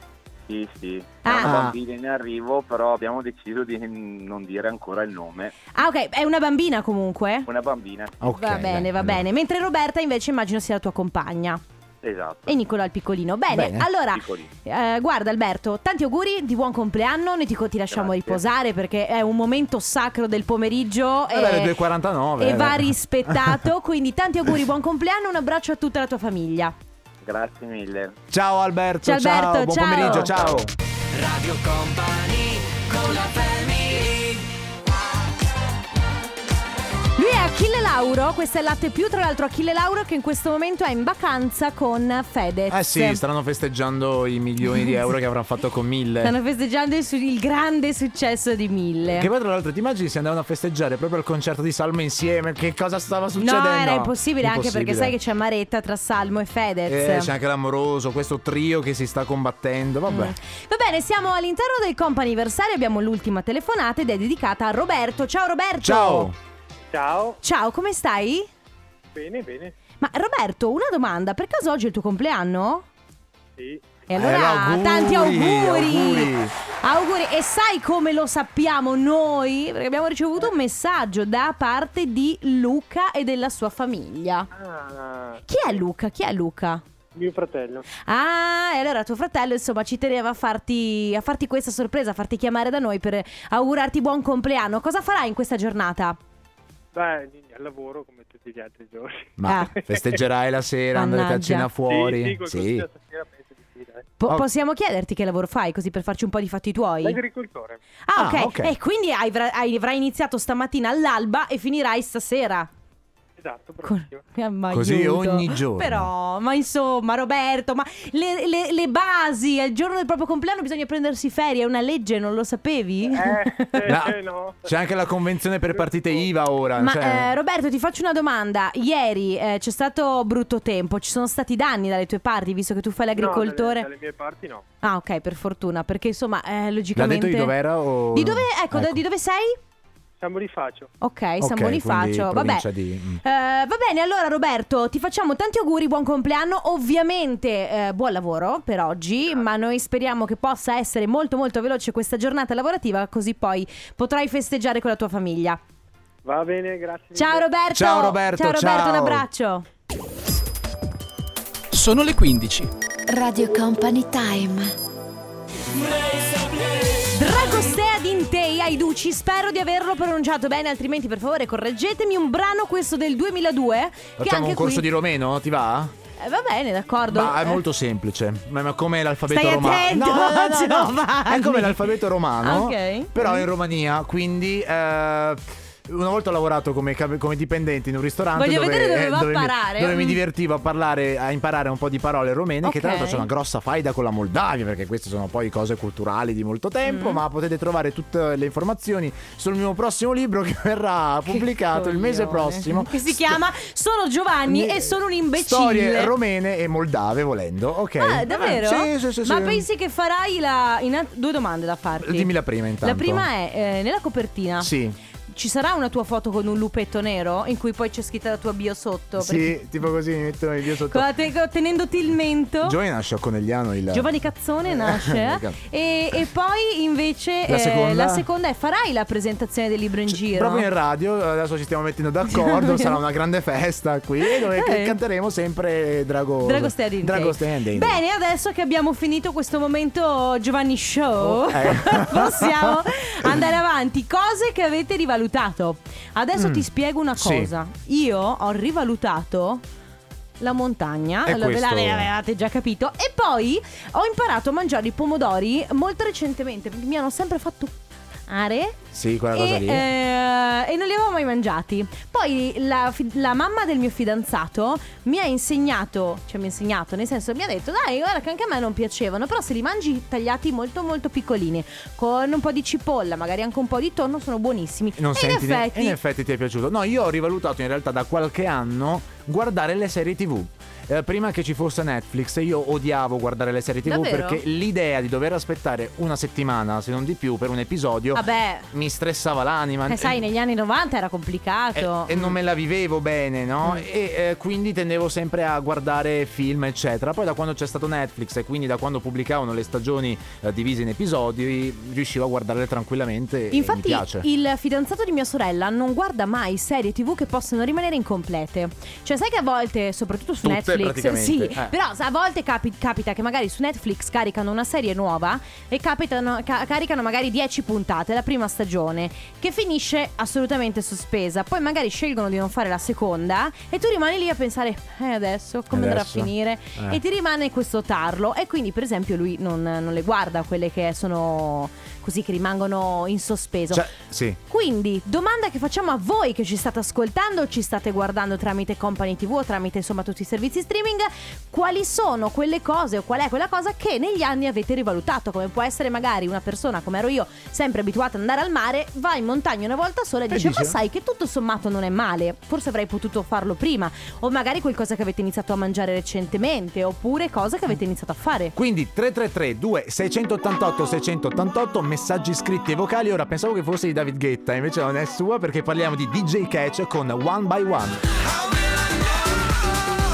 [SPEAKER 9] Sì, sì.
[SPEAKER 1] Ah.
[SPEAKER 9] Siamo bambini in arrivo, però abbiamo deciso di non dire ancora il nome.
[SPEAKER 1] Ah, ok, è una bambina comunque.
[SPEAKER 9] Una bambina,
[SPEAKER 2] Ok,
[SPEAKER 1] va bene,
[SPEAKER 2] dai,
[SPEAKER 1] va
[SPEAKER 2] allora.
[SPEAKER 1] bene. Mentre Roberta invece immagino sia la tua compagna
[SPEAKER 9] esatto.
[SPEAKER 1] e Nicolò il piccolino. Bene,
[SPEAKER 2] Bene.
[SPEAKER 1] allora
[SPEAKER 9] Piccoli.
[SPEAKER 1] Eh, guarda Alberto, tanti auguri di buon compleanno, noi ti, ti lasciamo
[SPEAKER 9] Grazie.
[SPEAKER 1] riposare perché è un momento sacro del pomeriggio
[SPEAKER 2] Vabbè,
[SPEAKER 1] e,
[SPEAKER 2] alle 2.49,
[SPEAKER 1] e
[SPEAKER 2] eh.
[SPEAKER 1] va rispettato, quindi tanti auguri, buon compleanno, un abbraccio a tutta la tua famiglia.
[SPEAKER 9] Grazie mille.
[SPEAKER 2] Ciao
[SPEAKER 1] Ciao,
[SPEAKER 2] Alberto,
[SPEAKER 1] Alberto,
[SPEAKER 2] buon
[SPEAKER 1] ciao. Eh,
[SPEAKER 2] pomeriggio, ciao.
[SPEAKER 3] Radio Company con la family
[SPEAKER 1] Lui è Achille Lauro, questo è il latte più, tra l'altro Achille Lauro che in questo momento è in vacanza con Fedez.
[SPEAKER 2] Eh sì, staranno festeggiando i milioni di euro che avrà fatto con mille.
[SPEAKER 1] Stanno festeggiando il, su- il grande successo di Mille.
[SPEAKER 2] Che poi tra l'altro ti immagini se andavano a festeggiare proprio al concerto di Salmo insieme? Che cosa stava succedendo?
[SPEAKER 1] No, era impossibile, anche perché
[SPEAKER 2] Impossibile.
[SPEAKER 1] sai che c'è Maretta tra Salmo e Fedez.
[SPEAKER 2] Eh, c'è anche l'amoroso, questo trio che si sta combattendo. Vabbè.
[SPEAKER 1] Mm. Va bene, siamo all'interno del comp'anniversario, abbiamo l'ultima telefonata ed è dedicata a Roberto. Ciao Roberto!
[SPEAKER 2] Ciao!
[SPEAKER 10] Ciao,
[SPEAKER 1] Ciao, come stai?
[SPEAKER 10] bene, bene,
[SPEAKER 1] Ma Roberto, una domanda, per caso oggi è il tuo compleanno?
[SPEAKER 10] sì.
[SPEAKER 1] E allora,
[SPEAKER 2] Eh, no,
[SPEAKER 1] tanti auguri!
[SPEAKER 2] auguri.
[SPEAKER 1] Auguri. E sai come lo sappiamo noi? Perché abbiamo ricevuto un messaggio da parte di Luca e della sua famiglia.
[SPEAKER 10] Ah,
[SPEAKER 1] Chi è Luca? Chi è Luca?
[SPEAKER 10] mio fratello.
[SPEAKER 1] Ah, e allora tuo fratello, insomma, ci teneva a farti, a farti questa sorpresa, a farti chiamare da noi per augurarti buon compleanno. Cosa farai in questa giornata?
[SPEAKER 10] Beh, al lavoro come tutti gli altri giorni.
[SPEAKER 2] Ma
[SPEAKER 1] Ah.
[SPEAKER 2] festeggerai la sera, andrete a
[SPEAKER 1] Mannaggia.
[SPEAKER 2] cena
[SPEAKER 10] Sì,
[SPEAKER 2] fuori.
[SPEAKER 10] sì, qualcosa da stasera penso di sì, dai.
[SPEAKER 1] Po-
[SPEAKER 2] Oh.
[SPEAKER 1] Possiamo chiederti che lavoro fai, così per farci un po' di fatti tuoi?
[SPEAKER 10] L'agricoltore.
[SPEAKER 1] Ah, ok.
[SPEAKER 2] Ah, ok.
[SPEAKER 1] E quindi hai- hai- avrai iniziato stamattina all'alba e finirai stasera.
[SPEAKER 10] Esatto,
[SPEAKER 1] Con-
[SPEAKER 10] proprio.
[SPEAKER 1] Eh, ma
[SPEAKER 2] Così
[SPEAKER 1] aiuto.
[SPEAKER 2] ogni giorno.
[SPEAKER 1] Però, ma insomma, Roberto, ma le, le- le basi, al giorno del proprio compleanno bisogna prendersi ferie, è una legge, non lo sapevi?
[SPEAKER 10] Eh, eh,
[SPEAKER 2] Ma
[SPEAKER 10] no.
[SPEAKER 2] C'è anche la convenzione per partite IVA ora.
[SPEAKER 1] Ma
[SPEAKER 2] cioè-
[SPEAKER 1] eh, Roberto ti faccio una domanda, ieri eh, c'è stato brutto tempo, ci sono stati danni dalle tue parti visto che tu fai l'agricoltore?
[SPEAKER 10] No, dalle, dalle mie parti no.
[SPEAKER 1] Ah ok, per fortuna, perché insomma eh,
[SPEAKER 2] L'ha
[SPEAKER 1] logicamente...
[SPEAKER 2] detto di dov'era? O...
[SPEAKER 1] Di dove, ecco, da- di dove sei?
[SPEAKER 10] Siamo di faccio.
[SPEAKER 1] Ok, San
[SPEAKER 2] Ok,
[SPEAKER 1] Bonifacio,
[SPEAKER 2] quindi
[SPEAKER 1] vabbè.
[SPEAKER 2] provincia di- mm.
[SPEAKER 1] Eh, va bene, allora Roberto, ti facciamo tanti auguri, buon compleanno, ovviamente eh, buon lavoro per oggi, ma noi speriamo che possa essere molto molto veloce questa giornata lavorativa, così poi potrai festeggiare con la tua famiglia.
[SPEAKER 10] Va bene, grazie.
[SPEAKER 1] Ciao
[SPEAKER 10] mille.
[SPEAKER 1] Roberto!
[SPEAKER 2] Ciao, Roberto,
[SPEAKER 1] ciao Roberto, un
[SPEAKER 2] ciao.
[SPEAKER 1] abbraccio!
[SPEAKER 4] Sono le 15.
[SPEAKER 5] Radio Company Time.
[SPEAKER 1] Dragostea Dintei ai Duci, spero di averlo pronunciato bene, altrimenti per favore correggetemi un brano questo del 2002 che
[SPEAKER 2] Facciamo
[SPEAKER 1] anche
[SPEAKER 2] un corso
[SPEAKER 1] qui
[SPEAKER 2] di romeno? Ti va?
[SPEAKER 1] Eh, va bene, d'accordo.
[SPEAKER 2] Ma è
[SPEAKER 1] Eh,
[SPEAKER 2] molto semplice. Ma ma come l'alfabeto
[SPEAKER 1] Stai
[SPEAKER 2] romano?
[SPEAKER 1] attento, Giovanni.
[SPEAKER 2] È come l'alfabeto romano.
[SPEAKER 1] Ok. Mm.
[SPEAKER 2] Però in Romania, quindi. eh, una volta ho lavorato come, cam- come dipendente in un ristorante
[SPEAKER 1] Voglio
[SPEAKER 2] dove,
[SPEAKER 1] vedere dove
[SPEAKER 2] eh,
[SPEAKER 1] va a
[SPEAKER 2] dove mi,
[SPEAKER 1] parare.
[SPEAKER 2] dove mi
[SPEAKER 1] Mm.
[SPEAKER 2] divertivo a, parlare, a imparare un po' di parole romene che tra
[SPEAKER 1] Ok.
[SPEAKER 2] l'altro c'è una grossa faida con la Moldavia perché queste sono poi cose culturali di molto tempo
[SPEAKER 1] Mm.
[SPEAKER 2] ma potete trovare tutte le informazioni sul mio prossimo libro che verrà pubblicato il mese
[SPEAKER 1] coglione.
[SPEAKER 2] prossimo
[SPEAKER 1] Che si chiama Sono Giovanni e sono un imbecille.
[SPEAKER 2] Storie romene e moldave volendo, ok. Eh,
[SPEAKER 1] Ah, davvero?
[SPEAKER 2] Sì, sì, sì.
[SPEAKER 1] Ma
[SPEAKER 2] sì.
[SPEAKER 1] pensi che farai la. inna- due domande da farti.
[SPEAKER 2] Dimmi la prima intanto.
[SPEAKER 1] La prima è: eh, nella copertina
[SPEAKER 2] Sì,
[SPEAKER 1] ci sarà una tua foto con un lupetto nero in cui poi c'è scritta la tua bio sotto? Perché-
[SPEAKER 2] sì, tipo così mi mettono il video sotto.
[SPEAKER 1] con la te- tenendoti il mento.
[SPEAKER 2] Giovanni nasce a Conegliano il...
[SPEAKER 1] Giovanni Cazzone nasce eh? e, e poi invece
[SPEAKER 2] La
[SPEAKER 1] eh,
[SPEAKER 2] seconda?
[SPEAKER 1] la seconda è farai la presentazione del libro in
[SPEAKER 2] Cioè,
[SPEAKER 1] giro
[SPEAKER 2] Proprio in radio, adesso ci stiamo mettendo d'accordo, sarà una grande festa qui dove
[SPEAKER 1] Eh.
[SPEAKER 2] che canteremo sempre Drago...
[SPEAKER 1] Dragostea Dintei.
[SPEAKER 2] Dragostea Dintei.
[SPEAKER 1] Bene, adesso che abbiamo finito questo momento Giovanni Show,
[SPEAKER 2] Oh, eh.
[SPEAKER 1] possiamo andare avanti. Cose che avete rivalutato. Adesso
[SPEAKER 2] Mm.
[SPEAKER 1] ti spiego una
[SPEAKER 2] Sì.
[SPEAKER 1] cosa. Io ho rivalutato la montagna,
[SPEAKER 2] E
[SPEAKER 1] allora, ve
[SPEAKER 2] questo-
[SPEAKER 1] l'ave- l'avevate già capito, e poi ho imparato a mangiare i pomodori molto recentemente, perché mi hanno sempre fatto are
[SPEAKER 2] Sì, quella cosa
[SPEAKER 1] e,
[SPEAKER 2] lì.
[SPEAKER 1] eh, e non li avevo mai mangiati. Poi la, fi- la mamma del mio fidanzato mi ha insegnato, cioè mi ha insegnato, nel senso mi ha detto dai guarda che anche a me non piacevano, però se li mangi tagliati molto molto piccolini, con un po' di cipolla, magari anche un po' di tonno, sono buonissimi.
[SPEAKER 2] Non
[SPEAKER 1] e
[SPEAKER 2] senti
[SPEAKER 1] in
[SPEAKER 2] ne-
[SPEAKER 1] effetti...
[SPEAKER 2] in effetti ti è piaciuto. No, io ho rivalutato in realtà da qualche anno guardare le serie TV. Eh, prima che ci fosse Netflix io odiavo guardare le serie TV
[SPEAKER 1] Davvero?
[SPEAKER 2] perché l'idea di dover aspettare una settimana, se non di più, per un episodio
[SPEAKER 1] Vabbè,
[SPEAKER 2] mi stressava l'anima.
[SPEAKER 1] Ah,
[SPEAKER 2] eh,
[SPEAKER 1] eh, sai, negli anni 90 era complicato.
[SPEAKER 2] E, e non me la vivevo bene, no?
[SPEAKER 1] Mm.
[SPEAKER 2] E eh, quindi tendevo sempre a guardare film, eccetera. Poi da quando c'è stato Netflix e quindi da quando pubblicavano le stagioni eh, divise in episodi, riuscivo a guardarle tranquillamente. e mi
[SPEAKER 1] Infatti,
[SPEAKER 2] piace.
[SPEAKER 1] il fidanzato di mia sorella non guarda mai serie tv che possono rimanere incomplete. Cioè, sai che a volte, soprattutto su
[SPEAKER 2] Tutte? praticamente.
[SPEAKER 1] Sì,
[SPEAKER 2] Eh.
[SPEAKER 1] però sa, a volte capi- capita che magari su Netflix caricano una serie nuova e capitano- ca- caricano magari 10 puntate, la prima stagione, che finisce assolutamente sospesa. Poi magari scelgono di non fare la seconda e tu rimani lì a pensare, eh adesso come andrà a
[SPEAKER 2] Adesso?
[SPEAKER 1] finire?
[SPEAKER 2] Eh.
[SPEAKER 1] E ti rimane questo tarlo e quindi per esempio lui non, non le guarda quelle che sono così che rimangono in sospeso.
[SPEAKER 2] Cioè, sì.
[SPEAKER 1] Quindi, domanda che facciamo a voi che ci state ascoltando o ci state guardando tramite Company TV o tramite insomma tutti i servizi streaming, quali sono quelle cose o qual è quella cosa che negli anni avete rivalutato? Come può essere magari una persona come ero io, sempre abituata ad andare al mare, va in montagna una volta sola e, dice
[SPEAKER 2] dice?
[SPEAKER 1] ma sai che tutto sommato non è male, forse avrei potuto farlo prima, o magari qualcosa che avete iniziato a mangiare recentemente, oppure cosa che avete iniziato a fare.
[SPEAKER 2] Quindi 333 2688 688 messaggi scritti e vocali. Ora pensavo che fosse di David Guetta, invece non è sua perché parliamo di DJ Catch con One by One.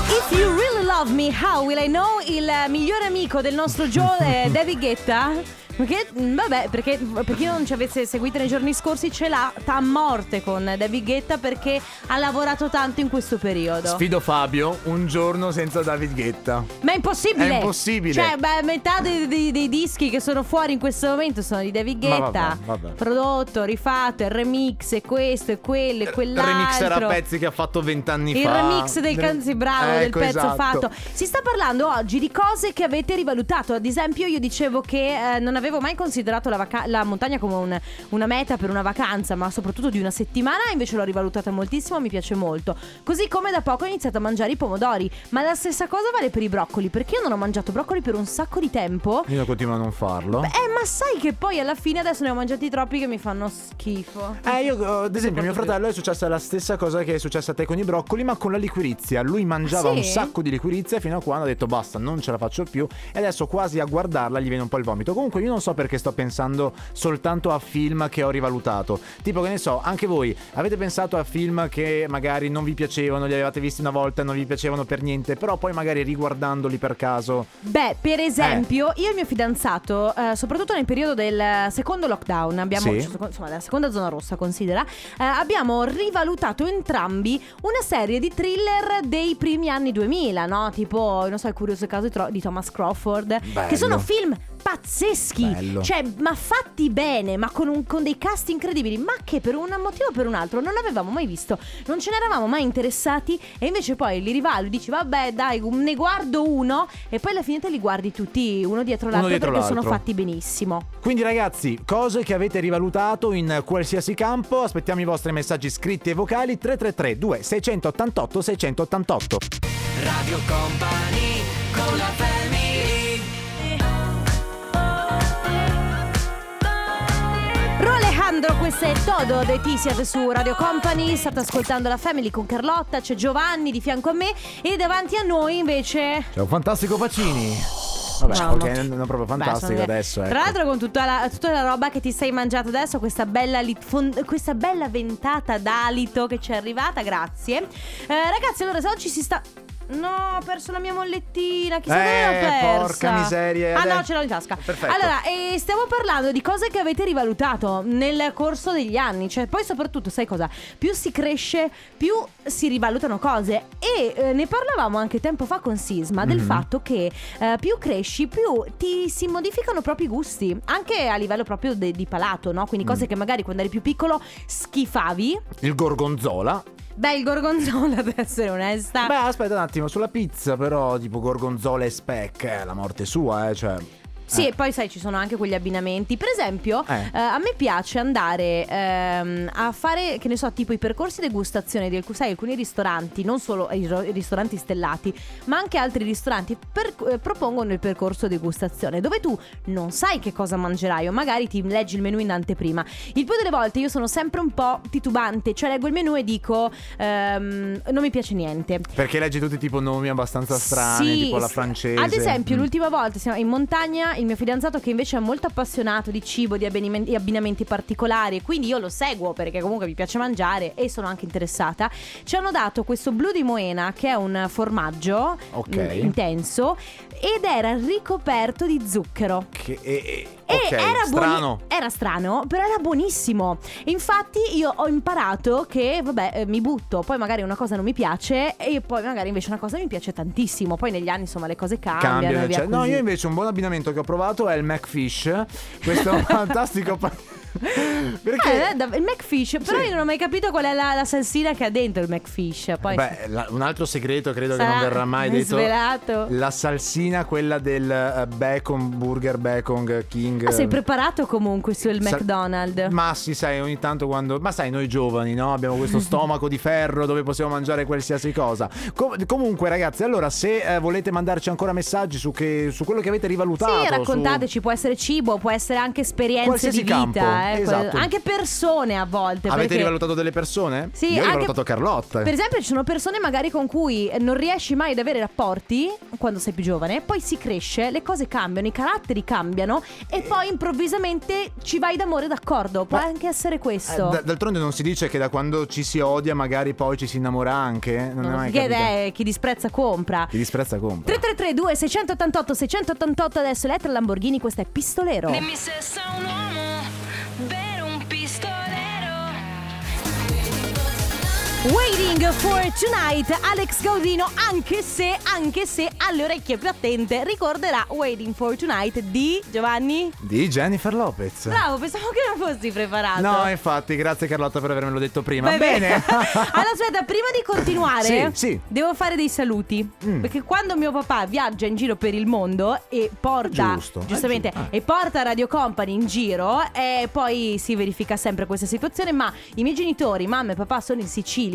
[SPEAKER 1] If you really love me, how will I know? Il migliore amico del nostro Joe, eh, David Guetta. Perché, mm, vabbè, perché per chi non ci avesse seguito nei giorni scorsi, ce l'ha ta- a morte con David Guetta perché ha lavorato tanto in questo periodo.
[SPEAKER 2] Sfido Fabio, un giorno senza David Guetta.
[SPEAKER 1] Ma è impossibile!
[SPEAKER 2] È impossibile.
[SPEAKER 1] Cioè, beh, metà dei, dei- dei dischi che sono fuori in questo momento sono di David
[SPEAKER 2] Ma
[SPEAKER 1] Guetta.
[SPEAKER 2] vabbè, vabbè.
[SPEAKER 1] Prodotto, rifatto, il remix, e questo, e quello, e
[SPEAKER 2] Il
[SPEAKER 1] quell'altro.
[SPEAKER 2] remix era pezzi che ha fatto vent'anni fa.
[SPEAKER 1] Il remix del canzi bravo del
[SPEAKER 2] Ecco,
[SPEAKER 1] pezzo
[SPEAKER 2] esatto.
[SPEAKER 1] fatto. Si sta parlando oggi di cose che avete rivalutato. Ad esempio, io dicevo che eh, non avevo mai considerato la, vaca- la montagna come un- una meta per una vacanza, ma soprattutto di una settimana. Invece l'ho rivalutata moltissimo, mi piace molto. Così come da poco ho iniziato a mangiare i pomodori. Ma la stessa cosa vale per i broccoli, perché io non ho mangiato broccoli per un sacco di tempo.
[SPEAKER 2] Io continuo a non farlo.
[SPEAKER 1] Eh, ma sai che poi alla fine adesso ne ho mangiati troppi che mi fanno schifo.
[SPEAKER 2] Eh, io, eh, ad esempio, mio fratello è successa la stessa cosa che è successa a te con i broccoli, ma con la liquirizia. Lui mangiava
[SPEAKER 1] Ah, Sì?
[SPEAKER 2] un sacco di liquirizia fino a quando ha detto basta, non ce la faccio più. E adesso quasi a guardarla gli viene un po' il vomito. Comunque, io non so perché sto pensando soltanto a film che ho rivalutato. Tipo, che ne so, anche voi avete pensato a film che magari non vi piacevano, li avevate visti una volta e non vi piacevano per niente, però poi magari riguardandoli per caso.
[SPEAKER 1] Beh, per esempio, io e mio fidanzato, eh, soprattutto nel periodo del secondo lockdown, abbiamo,
[SPEAKER 2] Sì.
[SPEAKER 1] cioè, seco- insomma, la seconda zona rossa, considera, eh, abbiamo rivalutato entrambi una serie di thriller dei primi anni 2000, no? Tipo, non so, il curioso caso di, Tro- di Thomas Crawford,
[SPEAKER 2] Bello.
[SPEAKER 1] che sono film pazzeschi,
[SPEAKER 2] Bello.
[SPEAKER 1] cioè, ma fatti bene, ma con, un- con dei cast incredibili, ma che per un motivo o per un altro non avevamo mai visto, non ce ne eravamo mai interessati e invece poi li rivaluti, dici vabbè dai um, ne guardo uno e poi alla fine te li guardi tutti uno dietro
[SPEAKER 2] Uno
[SPEAKER 1] l'altro
[SPEAKER 2] dietro
[SPEAKER 1] perché sono
[SPEAKER 2] l'altro.
[SPEAKER 1] fatti benissimo.
[SPEAKER 2] Quindi ragazzi, cose che avete rivalutato in qualsiasi campo, aspettiamo i vostri messaggi scritti e vocali 333 2688 688.
[SPEAKER 3] Radio Company con la family
[SPEAKER 1] Ro Alejandro, questo è Todo dei T, siete su Radio Company, state ascoltando la Family con Carlotta, c'è Giovanni di fianco a me e davanti a noi invece
[SPEAKER 2] C'è un fantastico Pacini. Vabbè,
[SPEAKER 1] Mamma.
[SPEAKER 2] ok, non non proprio
[SPEAKER 1] Beh,
[SPEAKER 2] fantastico
[SPEAKER 1] sono-
[SPEAKER 2] adesso.
[SPEAKER 1] Tra
[SPEAKER 2] ecco.
[SPEAKER 1] l'altro con tutta la, tutta la roba che ti sei mangiato adesso, questa bella, lit- fon- questa bella ventata d'alito che ci è arrivata, grazie. Eh, ragazzi, allora se oggi si sta... No, ho perso la mia mollettina. Chissà dove l'ho
[SPEAKER 2] Eh,
[SPEAKER 1] persa.
[SPEAKER 2] porca miseria,
[SPEAKER 1] Ah,
[SPEAKER 2] dai.
[SPEAKER 1] no, ce l'ho in tasca.
[SPEAKER 2] Perfetto.
[SPEAKER 1] Allora, eh, stiamo parlando di cose che avete rivalutato nel corso degli anni. Cioè, poi soprattutto, sai cosa? Più si cresce, più si rivalutano cose. E eh, ne parlavamo anche tempo fa con Sisma del
[SPEAKER 2] Mhm.
[SPEAKER 1] fatto che eh, più cresci, più ti si modificano proprio i gusti, anche a livello proprio de- di palato, no? Quindi cose
[SPEAKER 2] Mm.
[SPEAKER 1] che magari quando eri più piccolo schifavi.
[SPEAKER 2] Il gorgonzola.
[SPEAKER 1] Beh, il gorgonzola, per essere onesta.
[SPEAKER 2] Beh, aspetta un attimo, sulla pizza però, tipo gorgonzola e speck, eh, la morte sua, eh, cioè.
[SPEAKER 1] Sì,
[SPEAKER 2] eh.
[SPEAKER 1] e poi sai, ci sono anche quegli abbinamenti. Per esempio,
[SPEAKER 2] Eh.
[SPEAKER 1] eh, a me piace andare ehm, a fare, che ne so, tipo i percorsi degustazione di alcuni, sai, alcuni ristoranti, non solo i, ro- i ristoranti stellati, ma anche altri ristoranti per- eh, propongono il percorso degustazione, dove tu non sai che cosa mangerai o magari ti leggi il menù in anteprima. Il più delle volte io sono sempre un po' titubante, cioè leggo il menù e dico ehm, non mi piace niente.
[SPEAKER 2] Perché leggi tutti tipo nomi abbastanza strani,
[SPEAKER 1] Sì,
[SPEAKER 2] tipo la
[SPEAKER 1] sì.
[SPEAKER 2] francese.
[SPEAKER 1] Ad esempio,
[SPEAKER 2] Mm.
[SPEAKER 1] l'ultima volta siamo in montagna, il mio fidanzato che invece è molto appassionato di cibo, di abbinimen- di abbinamenti particolari, e quindi io lo seguo perché comunque mi piace mangiare e sono anche interessata. Ci hanno dato questo blu di Moena che è un formaggio
[SPEAKER 2] Ok.
[SPEAKER 1] mm, intenso ed era ricoperto di zucchero.
[SPEAKER 2] Che- e- e- Ok,
[SPEAKER 1] era, buoni-
[SPEAKER 2] strano.
[SPEAKER 1] era strano, però era buonissimo. Infatti io ho imparato che, vabbè, eh, mi butto, poi magari una cosa non mi piace e poi magari invece una cosa mi piace tantissimo. Poi negli anni, insomma, le cose cambiano.
[SPEAKER 2] Cambiano,
[SPEAKER 1] e via
[SPEAKER 2] cioè- No,
[SPEAKER 1] così.
[SPEAKER 2] io invece un buon abbinamento che ho provato è il McFish. Questo fantastico. pa-
[SPEAKER 1] Eh,
[SPEAKER 2] Perché.
[SPEAKER 1] eh, dav- il McFish, però
[SPEAKER 2] Sì.
[SPEAKER 1] io non ho mai capito qual è la, la salsina che ha dentro il McFish. Poi
[SPEAKER 2] Beh, la- un altro segreto credo che non
[SPEAKER 1] Sarà
[SPEAKER 2] verrà mai detto.
[SPEAKER 1] svelato.
[SPEAKER 2] La salsina, quella del eh, bacon, burger bacon eh, king.
[SPEAKER 1] Ah, sei preparato comunque sul
[SPEAKER 2] Sa-
[SPEAKER 1] McDonald's.
[SPEAKER 2] Ma sì, sai, ogni tanto quando. Ma sai, noi giovani, no? Abbiamo questo stomaco di ferro dove possiamo mangiare qualsiasi cosa. Com- comunque, ragazzi, allora, se eh, volete mandarci ancora messaggi su, che- su quello che avete rivalutato.
[SPEAKER 1] Sì,
[SPEAKER 2] su-
[SPEAKER 1] raccontateci, può essere cibo, può essere anche esperienze
[SPEAKER 2] Qualsiasi
[SPEAKER 1] di vita,
[SPEAKER 2] campo,
[SPEAKER 1] eh, quel-
[SPEAKER 2] esatto.
[SPEAKER 1] anche persone a volte.
[SPEAKER 2] Avete
[SPEAKER 1] perché-
[SPEAKER 2] rivalutato delle persone?
[SPEAKER 1] Sì,
[SPEAKER 2] Io ho
[SPEAKER 1] anche-
[SPEAKER 2] rivalutato Carlotta. Eh,
[SPEAKER 1] Per esempio, ci sono persone magari con cui non riesci mai ad avere rapporti quando sei più giovane, poi si cresce, le cose cambiano, i caratteri cambiano e poi improvvisamente ci vai d'amore d'accordo. Può
[SPEAKER 2] Eh. Ma-
[SPEAKER 1] anche essere
[SPEAKER 2] Eh,
[SPEAKER 1] questo.
[SPEAKER 2] d- d'altronde non si dice che da quando ci si odia magari poi ci si innamora anche? Non, è mai
[SPEAKER 1] Che
[SPEAKER 2] capito.
[SPEAKER 1] è eh, chi disprezza compra.
[SPEAKER 2] Chi disprezza compra.
[SPEAKER 1] 3332 688 688 adesso Elettra Lamborghini, questo è Pistolero.
[SPEAKER 11] Dimmi se sei un uomo, vero un pistolero.
[SPEAKER 1] Waiting for tonight, Alex Gaudino, anche se, anche se alle orecchie più attente ricorderà Waiting for tonight di Giovanni.
[SPEAKER 2] Di Jennifer Lopez.
[SPEAKER 1] Bravo, pensavo che non fossi preparato.
[SPEAKER 2] No, infatti, grazie Carlotta per avermelo detto prima.
[SPEAKER 1] Va
[SPEAKER 2] Bene.
[SPEAKER 1] allora, aspetta, prima di continuare,
[SPEAKER 2] Sì, sì.
[SPEAKER 1] devo fare dei saluti.
[SPEAKER 2] Mm.
[SPEAKER 1] Perché quando mio papà viaggia in giro per il mondo e porta,
[SPEAKER 2] Giusto, eh,
[SPEAKER 1] giustamente,
[SPEAKER 2] giusto,
[SPEAKER 1] e porta Radio Company in giro, e poi si verifica sempre questa situazione. Ma i miei genitori, mamma e papà, sono in Sicilia,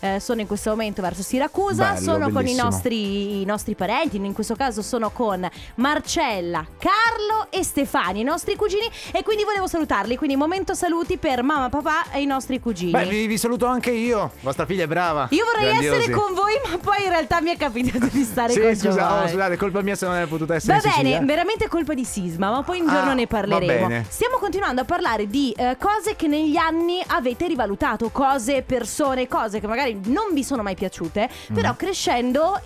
[SPEAKER 1] eh, sono in questo momento verso Siracusa,
[SPEAKER 2] Bello,
[SPEAKER 1] sono con i
[SPEAKER 2] bellissimo.
[SPEAKER 1] nostri, i nostri parenti, in questo caso sono con Marcella, Carlo e Stefani, i nostri cugini. E quindi volevo salutarli. Quindi, momento saluti per mamma, papà e i nostri cugini.
[SPEAKER 2] Beh, vi, vi saluto anche io. Vostra figlia è brava.
[SPEAKER 1] Io vorrei
[SPEAKER 2] Grandiosi.
[SPEAKER 1] essere con voi, ma poi in realtà mi è capitato di stare
[SPEAKER 2] Sì,
[SPEAKER 1] con
[SPEAKER 2] scusa, oh,
[SPEAKER 1] Giovanni.
[SPEAKER 2] scusate, colpa mia se non è potuta essere
[SPEAKER 1] Va
[SPEAKER 2] in Sicilia.
[SPEAKER 1] bene, veramente colpa di sisma, ma poi un giorno
[SPEAKER 2] Ah,
[SPEAKER 1] ne
[SPEAKER 2] va
[SPEAKER 1] parleremo.
[SPEAKER 2] bene.
[SPEAKER 1] Stiamo continuando a parlare di eh, cose che negli anni avete rivalutato, cose, persone, cose che magari non vi sono mai piaciute, però crescendo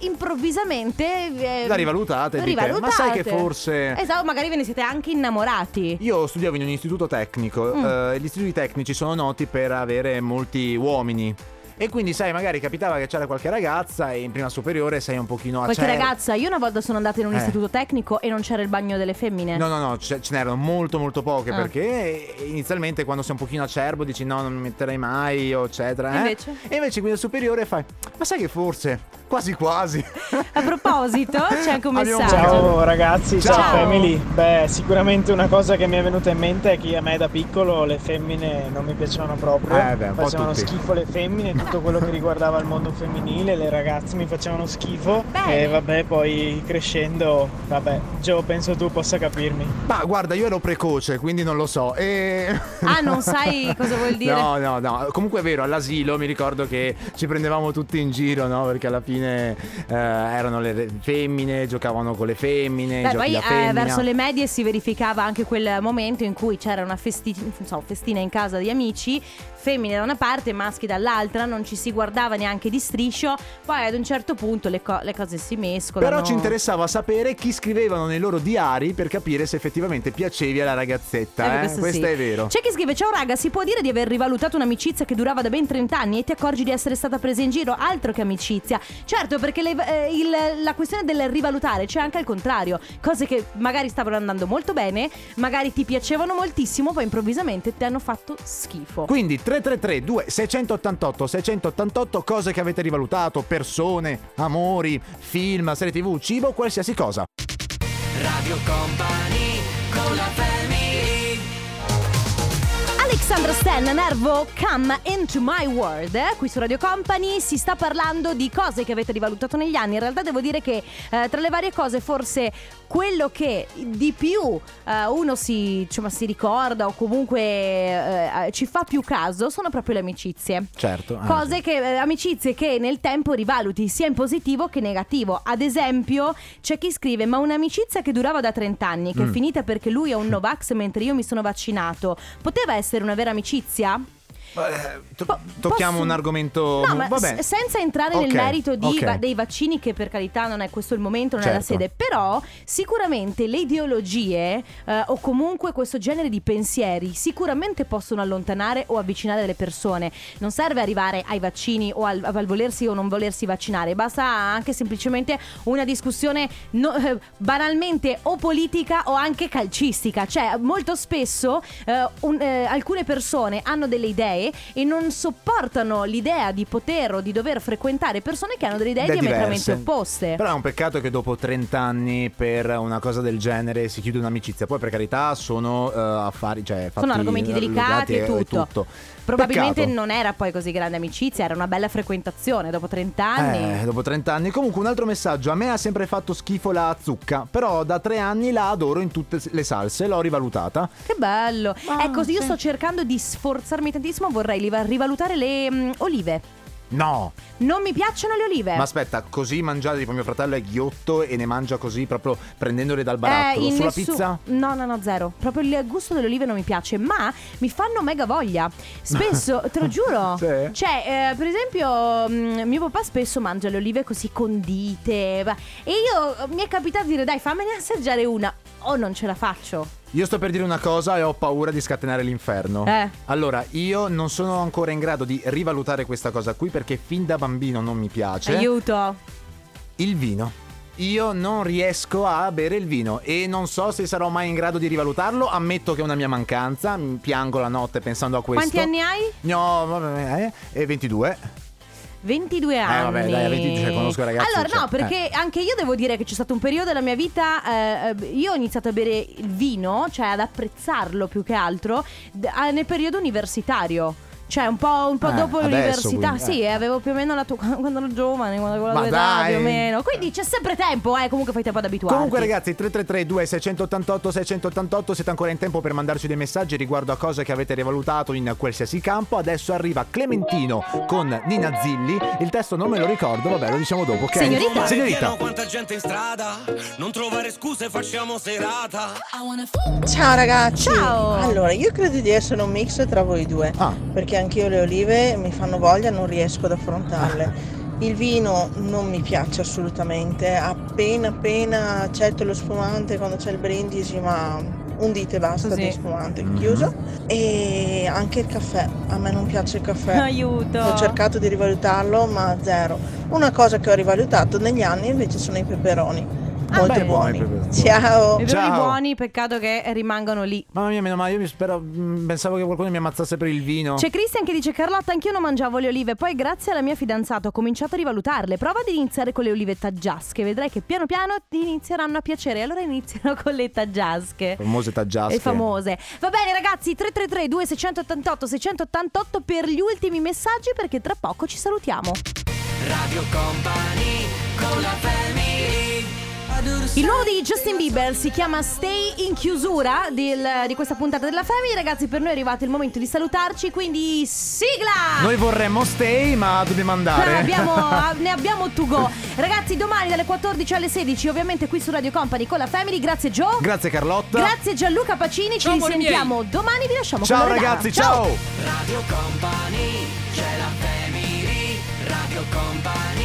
[SPEAKER 1] improvvisamente eh,
[SPEAKER 2] Mm. La rivalutate, dite,
[SPEAKER 1] rivalutate.
[SPEAKER 2] "Ma sai che forse-"
[SPEAKER 1] Esatto, magari ve ne siete anche innamorati.
[SPEAKER 2] Io studiavo in un istituto tecnico.
[SPEAKER 1] Mm.
[SPEAKER 2] eh, gli istituti tecnici sono noti per avere molti uomini. E quindi, sai, magari capitava che c'era qualche ragazza e in prima superiore sei un pochino a
[SPEAKER 1] Qualche
[SPEAKER 2] cer-
[SPEAKER 1] ragazza, io una volta sono andata in un
[SPEAKER 2] certo. Eh.
[SPEAKER 1] istituto tecnico e non c'era il bagno delle femmine.
[SPEAKER 2] No, no, no, ce, ce n'erano molto molto poche
[SPEAKER 1] eh? Ah.
[SPEAKER 2] perché inizialmente quando sei un pochino acerbo dici no, non mi metterei mai, o eccetera. eh.
[SPEAKER 1] Invece?
[SPEAKER 2] E invece qui al superiore fai, ma sai che forse, quasi quasi.
[SPEAKER 1] A proposito, c'è anche un
[SPEAKER 2] Abbiamo-
[SPEAKER 1] messaggio.
[SPEAKER 12] Ciao ragazzi, ciao.
[SPEAKER 1] Esatto. Ciao.
[SPEAKER 12] family. Beh, sicuramente una cosa che mi è venuta in mente è che a me da piccolo le femmine non mi piacevano proprio.
[SPEAKER 2] Eh, beh, un po'
[SPEAKER 12] facevano
[SPEAKER 2] tutti.
[SPEAKER 12] schifo le femmine, tutto quello che riguardava il mondo femminile, le ragazze mi facevano schifo.
[SPEAKER 1] Bene.
[SPEAKER 12] E vabbè, poi crescendo, vabbè, Gio, penso tu possa capirmi.
[SPEAKER 2] Ma guarda, io ero precoce, quindi non lo so. E...
[SPEAKER 1] Ah, non sai cosa vuol dire?
[SPEAKER 2] No, no, no. Comunque è vero, all'asilo mi ricordo che ci prendevamo tutti in giro, no? Perché alla fine eh, erano le re- femmine, giocavano con le femmine, i
[SPEAKER 1] Beh,
[SPEAKER 2] giochi
[SPEAKER 1] poi
[SPEAKER 2] da
[SPEAKER 1] eh,
[SPEAKER 2] femmina.
[SPEAKER 1] verso le medie si verificava anche quel momento in cui c'era una festi- non so, festina in casa di amici, femmine da una parte, maschi dall'altra, non ci si guardava neanche di striscio, poi ad un certo punto le, co- le cose si mescolano.
[SPEAKER 2] Però ci interessava sapere chi scrivevano nei loro diari per capire se effettivamente piacevi alla
[SPEAKER 1] Eh, beh,
[SPEAKER 2] ragazzetta. Eh,
[SPEAKER 1] questo
[SPEAKER 2] Questo
[SPEAKER 1] sì. Cioè
[SPEAKER 2] è vero.
[SPEAKER 1] C'è chi scrive: Ciao raga, si può dire di aver rivalutato un'amicizia che durava da ben 30 anni e ti accorgi di essere stata presa in giro? Altro che amicizia. Certo, perché le- eh, il- la questione del rivalutare c'è anche al contrario. Cose che magari stavano andando molto bene, magari ti piacevano moltissimo, poi improvvisamente ti hanno fatto schifo.
[SPEAKER 2] Quindi 333 2688 688 cose che avete rivalutato, persone, amori, film, serie tv, cibo, qualsiasi cosa.
[SPEAKER 3] Radio Company con la family
[SPEAKER 1] Alexandra Stan, Nervo, come into my world. eh, Qui su Radio Company si sta parlando di cose che avete rivalutato negli anni. In realtà devo dire che eh, tra le varie cose forse quello che di più eh, uno si, insomma, si ricorda o comunque eh, eh, ci fa più caso sono proprio le amicizie.
[SPEAKER 2] Certo. eh,
[SPEAKER 1] Cose che, eh, amicizie che nel tempo rivaluti sia in positivo che negativo. Ad esempio, c'è chi scrive: Ma un'amicizia che durava da 30 anni, che è
[SPEAKER 2] Mm.
[SPEAKER 1] finita perché lui è un Novax mentre io mi sono vaccinato, poteva essere una vera amicizia?
[SPEAKER 2] eh, Tocchiamo
[SPEAKER 1] Posso-
[SPEAKER 2] un argomento.
[SPEAKER 1] No, ma
[SPEAKER 2] Vabbè.
[SPEAKER 1] s- senza entrare
[SPEAKER 2] Ok,
[SPEAKER 1] nel merito di
[SPEAKER 2] ok.
[SPEAKER 1] va- dei vaccini, che per carità non è questo il momento, non è la
[SPEAKER 2] Certo.
[SPEAKER 1] sede, però sicuramente le ideologie eh, o comunque questo genere di pensieri sicuramente possono allontanare o avvicinare le persone. Non serve arrivare ai vaccini o al, al volersi o non volersi vaccinare, basta anche semplicemente una discussione no- eh, banalmente o politica o anche calcistica. Cioè, molto spesso eh, un- eh, alcune persone hanno delle idee e non sopportano l'idea di poter o di dover frequentare persone che hanno delle idee
[SPEAKER 2] Idee
[SPEAKER 1] diametralmente
[SPEAKER 2] diverse.
[SPEAKER 1] opposte.
[SPEAKER 2] Però è un peccato che dopo 30 anni per una cosa del genere si chiude un'amicizia. Poi per carità sono eh, affari, cioè fatti
[SPEAKER 1] Sono argomenti delicati
[SPEAKER 2] legati
[SPEAKER 1] e tutto. Probabilmente
[SPEAKER 2] Peccato.
[SPEAKER 1] non era poi così grande amicizia, era una bella frequentazione dopo 30 anni.
[SPEAKER 2] Eh, dopo 30 anni. Comunque, un altro messaggio. A me ha sempre fatto schifo la zucca. Però da tre anni la adoro in tutte le salse. L'ho rivalutata.
[SPEAKER 1] Che bello! ecco, io sto cercando di sforzarmi tantissimo, vorrei liva- rivalutare le mm, olive.
[SPEAKER 2] No,
[SPEAKER 1] Non mi piacciono le olive.
[SPEAKER 2] ma aspetta, così mangiate tipo mio fratello è ghiotto e ne mangia così proprio prendendole dal
[SPEAKER 1] Eh,
[SPEAKER 2] barattolo.
[SPEAKER 1] in
[SPEAKER 2] Sulla
[SPEAKER 1] nessun-
[SPEAKER 2] pizza?
[SPEAKER 1] No, no, no, zero. Proprio il gusto delle olive non mi piace, ma mi fanno mega voglia. Spesso, te lo giuro.
[SPEAKER 2] Sì?
[SPEAKER 1] Cioè, eh, per esempio, mm, mio papà spesso mangia le olive così condite. va- E io eh, mi è capitato di dire, dai, fammene assaggiare una. O non ce la faccio.
[SPEAKER 2] Io sto per dire una cosa e ho paura di scatenare l'inferno.
[SPEAKER 1] Eh.
[SPEAKER 2] Allora, io non sono ancora in grado di rivalutare questa cosa qui perché fin da bambino non mi piace.
[SPEAKER 1] Aiuto.
[SPEAKER 2] Il vino. Io non riesco a bere il vino e non so se sarò mai in grado di rivalutarlo. Ammetto che è una mia mancanza. mi Piango la notte pensando a questo.
[SPEAKER 1] Quanti anni hai?
[SPEAKER 2] No, vabbè, eh, eh, 22.
[SPEAKER 1] 22 anni.
[SPEAKER 2] Eh, vabbè, dai, a 22, cioè, conosco ragazzi,
[SPEAKER 1] Allora,
[SPEAKER 2] cioè,
[SPEAKER 1] no, perché anche io devo dire che c'è stato un periodo della mia vita. eh, eh, io ho iniziato a bere il vino, cioè ad apprezzarlo più che altro, d- ah, nel periodo universitario. Cioè, un po', un po'
[SPEAKER 2] Eh,
[SPEAKER 1] dopo
[SPEAKER 2] adesso,
[SPEAKER 1] l'università, sì,
[SPEAKER 2] quindi, eh.
[SPEAKER 1] eh, avevo più o meno la tua. Quando ero giovane, quando avevo la
[SPEAKER 2] Ma
[SPEAKER 1] tua età,
[SPEAKER 2] dai.
[SPEAKER 1] più o meno. Quindi c'è sempre tempo, eh. Comunque fai tempo ad abituarti.
[SPEAKER 2] Comunque ragazzi 333 2688 688 siete ancora in tempo per mandarci dei messaggi riguardo a cose che avete rivalutato in qualsiasi campo. Adesso arriva Clementino con Nina Zilli. Il testo non me lo ricordo, vabbè, lo diciamo dopo. ok?
[SPEAKER 13] Mare pieno,
[SPEAKER 2] Signorita.
[SPEAKER 13] quanta gente in strada. Non trovare scuse, facciamo serata.
[SPEAKER 14] Ciao ragazzi!
[SPEAKER 1] Ciao! Ah.
[SPEAKER 14] Allora, io credo di essere un mix tra voi due,
[SPEAKER 2] Ah,
[SPEAKER 14] perché anch'io le olive mi fanno voglia, non riesco ad
[SPEAKER 1] Ah.
[SPEAKER 14] affrontarle. Il vino non mi piace assolutamente, appena appena accetto lo spumante quando c'è il brindisi, ma un dito e basta
[SPEAKER 1] Così. Mm-hmm.
[SPEAKER 14] di spumante chiuso. E anche il caffè, a me non piace il caffè.
[SPEAKER 2] eh.
[SPEAKER 1] Aiuto.
[SPEAKER 14] Ho cercato di rivalutarlo, ma zero. Una cosa che ho rivalutato negli anni invece sono i peperoni.
[SPEAKER 1] Ah,
[SPEAKER 14] Molto
[SPEAKER 1] beh.
[SPEAKER 14] buoni.
[SPEAKER 2] Buoni
[SPEAKER 14] Ciao!
[SPEAKER 1] I veri buoni, peccato che rimangano lì.
[SPEAKER 2] Mamma mia, meno male, io mi spero- mh, pensavo che qualcuno mi ammazzasse per il vino.
[SPEAKER 1] C'è Cristian che dice Carlotta anch'io non mangiavo le olive Poi grazie alla mia fidanzata ho cominciato a rivalutarle Prova ad iniziare con le olive taggiasche Vedrai che piano piano ti inizieranno a piacere Allora iniziano con le taggiasche
[SPEAKER 2] Famose taggiasche.
[SPEAKER 1] le famose Va bene ragazzi 333 2688 688 Per gli ultimi messaggi Perché tra poco ci salutiamo
[SPEAKER 3] Radio Company con la family.
[SPEAKER 1] Il nuovo di Justin Bieber si chiama Stay in chiusura del- Di questa puntata della Family Ragazzi per noi è arrivato il momento di salutarci Quindi sigla
[SPEAKER 2] Noi vorremmo stay, ma dobbiamo andare.
[SPEAKER 1] Ah, abbiamo- ah, ne abbiamo to go. Ragazzi, domani dalle 14 alle 16, ovviamente qui su Radio Company con la Family. Grazie Joe.
[SPEAKER 2] Grazie Carlotta.
[SPEAKER 1] Grazie Gianluca Pacini. Ci
[SPEAKER 2] Ciao, amori
[SPEAKER 1] risentiamo domani. Vi lasciamo
[SPEAKER 2] Ciao
[SPEAKER 1] con la regala.
[SPEAKER 2] ragazzi, ciao.
[SPEAKER 3] Radio Company, c'è la family. Radio Company.